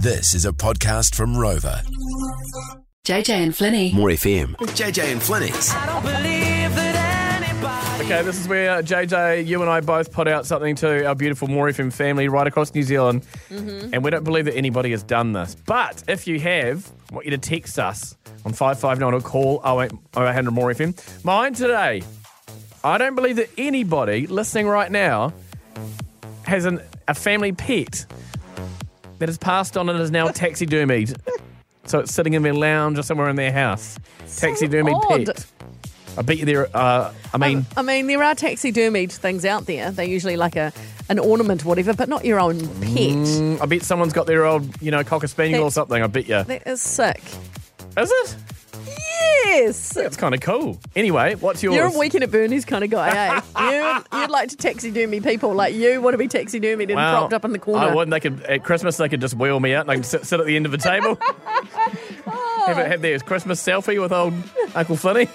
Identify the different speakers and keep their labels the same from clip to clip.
Speaker 1: This is a podcast from Rover.
Speaker 2: JJ and Flinny.
Speaker 3: More FM.
Speaker 1: JJ and Flinny's
Speaker 4: Okay, this is where uh, JJ, you and I both put out something to our beautiful More FM family right across New Zealand. And we don't believe that anybody has done this. But if you have, I want you to text us on 559 or call 08 0800 More FM. Mine today, I don't believe that anybody listening right now has an, a family pet that has passed on and is now taxidermied. so it's sitting in their lounge or somewhere in their house. Taxidermied
Speaker 5: odd.
Speaker 4: pet. I bet you there. Uh, I mean,
Speaker 5: I mean, there are taxidermied things out there. They're usually like a an ornament or whatever, but not your own pet.
Speaker 4: Mm, I bet someone's got their old, you know, cocker spaniel or
Speaker 5: That's-
Speaker 4: something. I bet you.
Speaker 5: That is sick.
Speaker 4: Is it?
Speaker 5: Yes.
Speaker 4: That's kind of cool. Anyway, what's yours?
Speaker 5: You're a weekend at Bernie's kind of guy, eh? you, you'd like to taxidermy people. Like, you want to be taxidermied and
Speaker 4: Wow.
Speaker 5: propped up in the corner.
Speaker 4: I wouldn't. They could at Christmas. They could just wheel me out and I could sit, sit at the end of the table. have,
Speaker 5: Oh.
Speaker 4: a, have their Christmas selfie with old Uncle Flinny.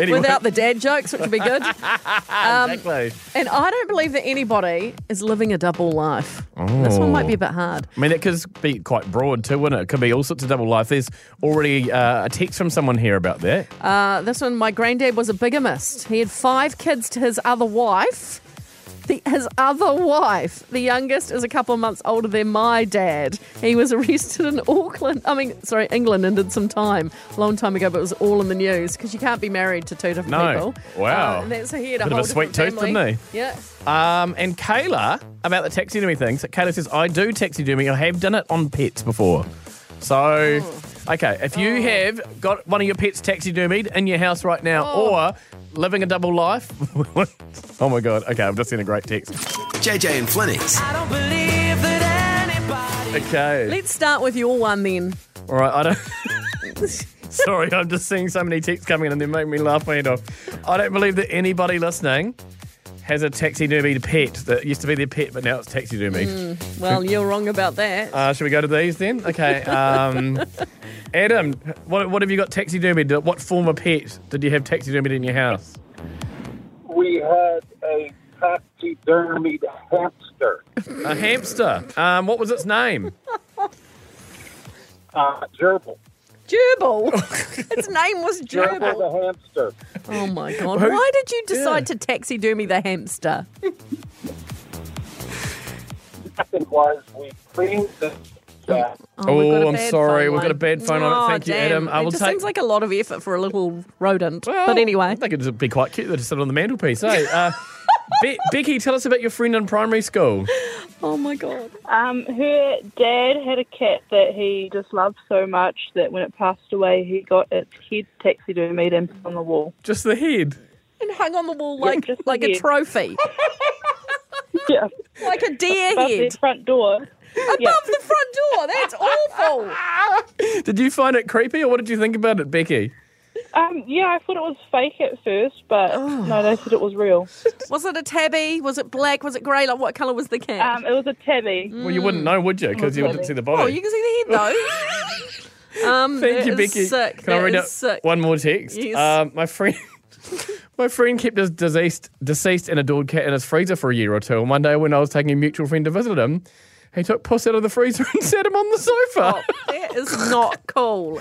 Speaker 4: Anyway,
Speaker 5: Without um, the dad jokes, which would be good.
Speaker 4: exactly.
Speaker 5: and I don't believe that anybody is living a double life. This one might be a bit hard.
Speaker 4: I mean, it could be quite broad too, wouldn't it? It could be all sorts of double life. There's already uh, a text from someone here about that.
Speaker 5: Uh, this one, my granddad was a bigamist. He had five kids to his other wife. The, his other wife, the youngest, is a couple of months older than my dad. He was arrested in Auckland, I mean, sorry, England, and did some time a long time ago, but it was all in the news because you can't be married to two different
Speaker 4: No.
Speaker 5: people.
Speaker 4: Wow.
Speaker 5: Uh, and that's, so he had
Speaker 4: Bit of
Speaker 5: a whole
Speaker 4: a sweet
Speaker 5: different
Speaker 4: tooth,
Speaker 5: family.
Speaker 4: didn't
Speaker 5: Yeah.
Speaker 4: Um, and Kayla about the taxidermy thing. So Kayla says, I do taxidermy. I have done it on pets before. So, okay, if you have got one of your pets taxidermied in your house right now or living a double life, oh my God, okay, I've just seen a great text.
Speaker 1: JJ and Flinny's
Speaker 4: Okay.
Speaker 5: Let's start with your one then.
Speaker 4: All right, I don't. Sorry, I'm just seeing so many texts coming in and they make me laugh my head off. I don't believe that anybody listening has a taxidermied pet that used to be their pet, but now it's taxidermied.
Speaker 5: Well, you're wrong about that.
Speaker 4: Uh, should we go to these then? Okay. Um, Adam, what, what have you got taxidermied? What former pet did you have taxidermied in your house?
Speaker 6: we had a taxidermied hamster,
Speaker 4: A hamster. Um, what was its name?
Speaker 6: uh, gerbil.
Speaker 5: Gerbil. Its name was
Speaker 6: Gerbil
Speaker 5: Gerbil.
Speaker 6: the hamster.
Speaker 5: Oh my god! Why did you decide to taxidermy the hamster?
Speaker 6: Second was we cleaned the cat.
Speaker 5: Oh, we've got a
Speaker 4: Oh, I'm
Speaker 5: bad
Speaker 4: sorry,
Speaker 5: phone
Speaker 4: we've got a
Speaker 5: line.
Speaker 4: bad phone on it.
Speaker 5: Oh,
Speaker 4: Thank you,
Speaker 5: damn.
Speaker 4: Adam. I
Speaker 5: it
Speaker 4: will
Speaker 5: just
Speaker 4: take-
Speaker 5: seems like a lot of effort for a little rodent. but
Speaker 4: Well, I
Speaker 5: anyway,
Speaker 4: think it'd be quite cute. They'd sit on the mantelpiece, eh? Uh, Be- Becky, tell us about your friend in primary school.
Speaker 5: oh my god!
Speaker 7: Um, her dad had a cat that he just loved so much that when it passed away, he got its head taxidermied and put on the wall.
Speaker 4: Just the head.
Speaker 5: And hung on the wall like
Speaker 7: just
Speaker 5: like
Speaker 7: the
Speaker 5: a
Speaker 7: head.
Speaker 5: trophy,
Speaker 7: Yeah,
Speaker 5: like a deer
Speaker 7: above their
Speaker 5: head
Speaker 7: front door. Yeah.
Speaker 5: above the front door. That's awful.
Speaker 4: Did you find it creepy or what did you think about it, Becky?
Speaker 7: Um, yeah, I thought it was fake at first, but no, they said it was real.
Speaker 5: Was it a tabby? Was it black? Was it grey? Like what colour was the cat?
Speaker 7: Um, it was a tabby.
Speaker 4: Well, you wouldn't know, would you? Because you wouldn't see the body.
Speaker 5: oh, Hmm. you can see the head though. um,
Speaker 4: Thank
Speaker 5: that
Speaker 4: you,
Speaker 5: is
Speaker 4: Becky.
Speaker 5: Sick.
Speaker 4: Can I
Speaker 5: That
Speaker 4: read
Speaker 5: is
Speaker 4: out
Speaker 5: sick.
Speaker 4: one more text?
Speaker 5: Yes.
Speaker 4: Um, my friend. My friend kept his deceased, deceased and adored cat in his freezer for a year or two. And one day, when I was taking a mutual friend to visit him, he took Puss out of the freezer and sat him on the sofa.
Speaker 5: That is not cool.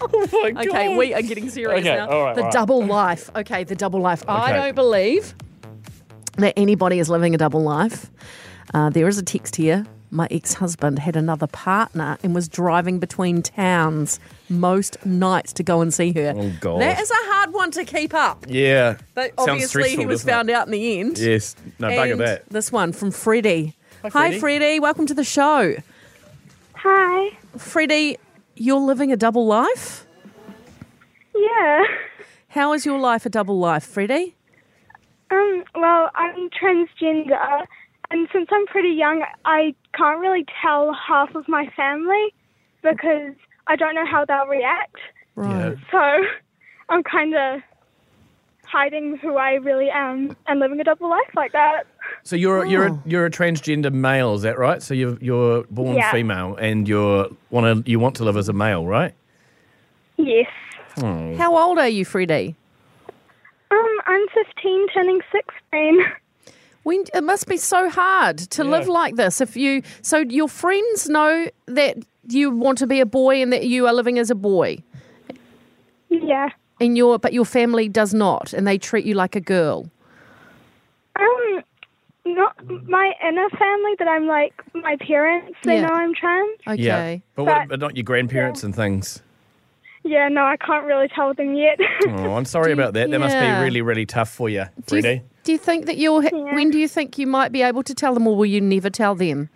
Speaker 4: Oh, my god!
Speaker 5: Okay, we are getting serious
Speaker 4: Okay,
Speaker 5: now.
Speaker 4: all right,
Speaker 5: the
Speaker 4: all right.
Speaker 5: double life. Okay, the double life. I
Speaker 4: Okay.
Speaker 5: don't believe that anybody is living a double life. Uh, there is a text here. My ex husband had another partner and was driving between towns most nights to go and see her.
Speaker 4: Oh, God.
Speaker 5: That is a hard one to keep up.
Speaker 4: Yeah,
Speaker 5: But
Speaker 4: Sounds
Speaker 5: obviously, he
Speaker 4: stressful,
Speaker 5: was
Speaker 4: doesn't it?
Speaker 5: found out in the end.
Speaker 4: Yes, no bugger
Speaker 5: And
Speaker 4: that.
Speaker 5: This one from Freddie. Hi,
Speaker 4: Freddie.
Speaker 5: Freddie. Welcome to the show.
Speaker 8: Hi.
Speaker 5: Freddie, you're living a double life?
Speaker 8: Yeah.
Speaker 5: How is your life a double life, Freddie?
Speaker 8: Um, well, I'm transgender, and since I'm pretty young, I can't really tell half of my family because I don't know how they'll react.
Speaker 4: Yeah.
Speaker 8: So I'm kind of hiding who I really am and living a double life like that.
Speaker 4: So you're a you're a,
Speaker 5: Oh.
Speaker 4: you're a transgender male, is that right? So you're you're born
Speaker 8: Yeah.
Speaker 4: female and you're want to you want to live as a male, right?
Speaker 8: Yes.
Speaker 5: How old are you, Freddie?
Speaker 8: Um, I'm 15, turning 16.
Speaker 5: When it must be so hard to
Speaker 4: Yeah.
Speaker 5: live like this. If you so your friends know that you want to be a boy and that you are living as a boy,
Speaker 8: Yeah.
Speaker 5: and your but your family does not, and they treat you like a girl.
Speaker 8: Um, not my inner family, but I'm like my parents. They
Speaker 5: Yeah.
Speaker 8: know I'm trans.
Speaker 5: Okay.
Speaker 4: Yeah. But, what,
Speaker 8: But-
Speaker 4: but not your grandparents and things.
Speaker 8: Yeah, no, I can't really tell them yet.
Speaker 4: Oh, I'm sorry about that. That must
Speaker 5: yeah.
Speaker 4: be really, really tough for you,
Speaker 5: Do you,
Speaker 4: Freddie.
Speaker 5: th- do you think that you'll? ha- When do you think you might be able to tell them, or will you never tell them?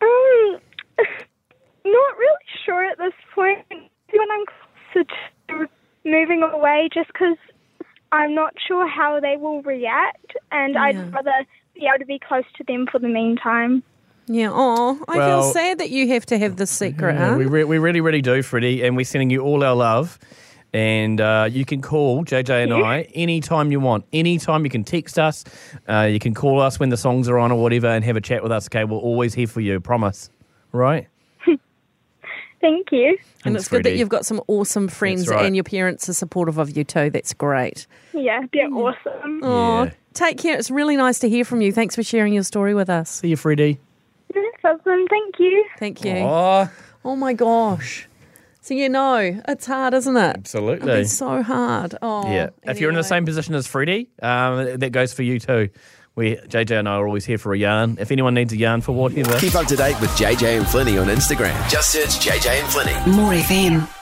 Speaker 8: um, not really sure at this point. When I'm closer to moving away, just because I'm not sure how they will react, and
Speaker 5: Yeah.
Speaker 8: I'd rather be able to be close to them for the meantime.
Speaker 5: Yeah. Oh, I
Speaker 4: Well-
Speaker 5: feel sad that you have to have this secret.
Speaker 4: Yeah,
Speaker 5: huh?
Speaker 4: we, re- we really, really do, Freddie, and we're sending you all our love. And uh, you can call JJ and I anytime you want. Anytime you can text us, uh, you can call us when the songs are on or whatever, and have a chat with us. Okay, we're always here for you. Promise, right?
Speaker 8: Thank you.
Speaker 5: and
Speaker 4: Thanks,
Speaker 5: it's good that
Speaker 4: Freddie.
Speaker 5: you've got some awesome friends,
Speaker 4: right.
Speaker 5: and your parents are supportive of you too. That's great.
Speaker 8: Yeah, they're awesome.
Speaker 5: Oh,
Speaker 4: Yeah.
Speaker 5: take care. It's really nice to hear from you. Thanks for sharing your story with us.
Speaker 4: See you, Freddie.
Speaker 8: No problem. Thank you.
Speaker 5: Thank you. Oh,
Speaker 4: Oh,
Speaker 5: my gosh. So you know, it's hard, isn't it?
Speaker 4: absolutely.
Speaker 5: It's so hard. Oh,
Speaker 4: Yeah. If you're in the
Speaker 5: anyway.
Speaker 4: same position as Freddie, um, that goes for you too. We JJ and I are always here for a yarn. If anyone needs a yarn for whatever.
Speaker 1: Keep up to date with JJ and Flinny on Instagram. Just search JJ and Flinny.
Speaker 2: More FM.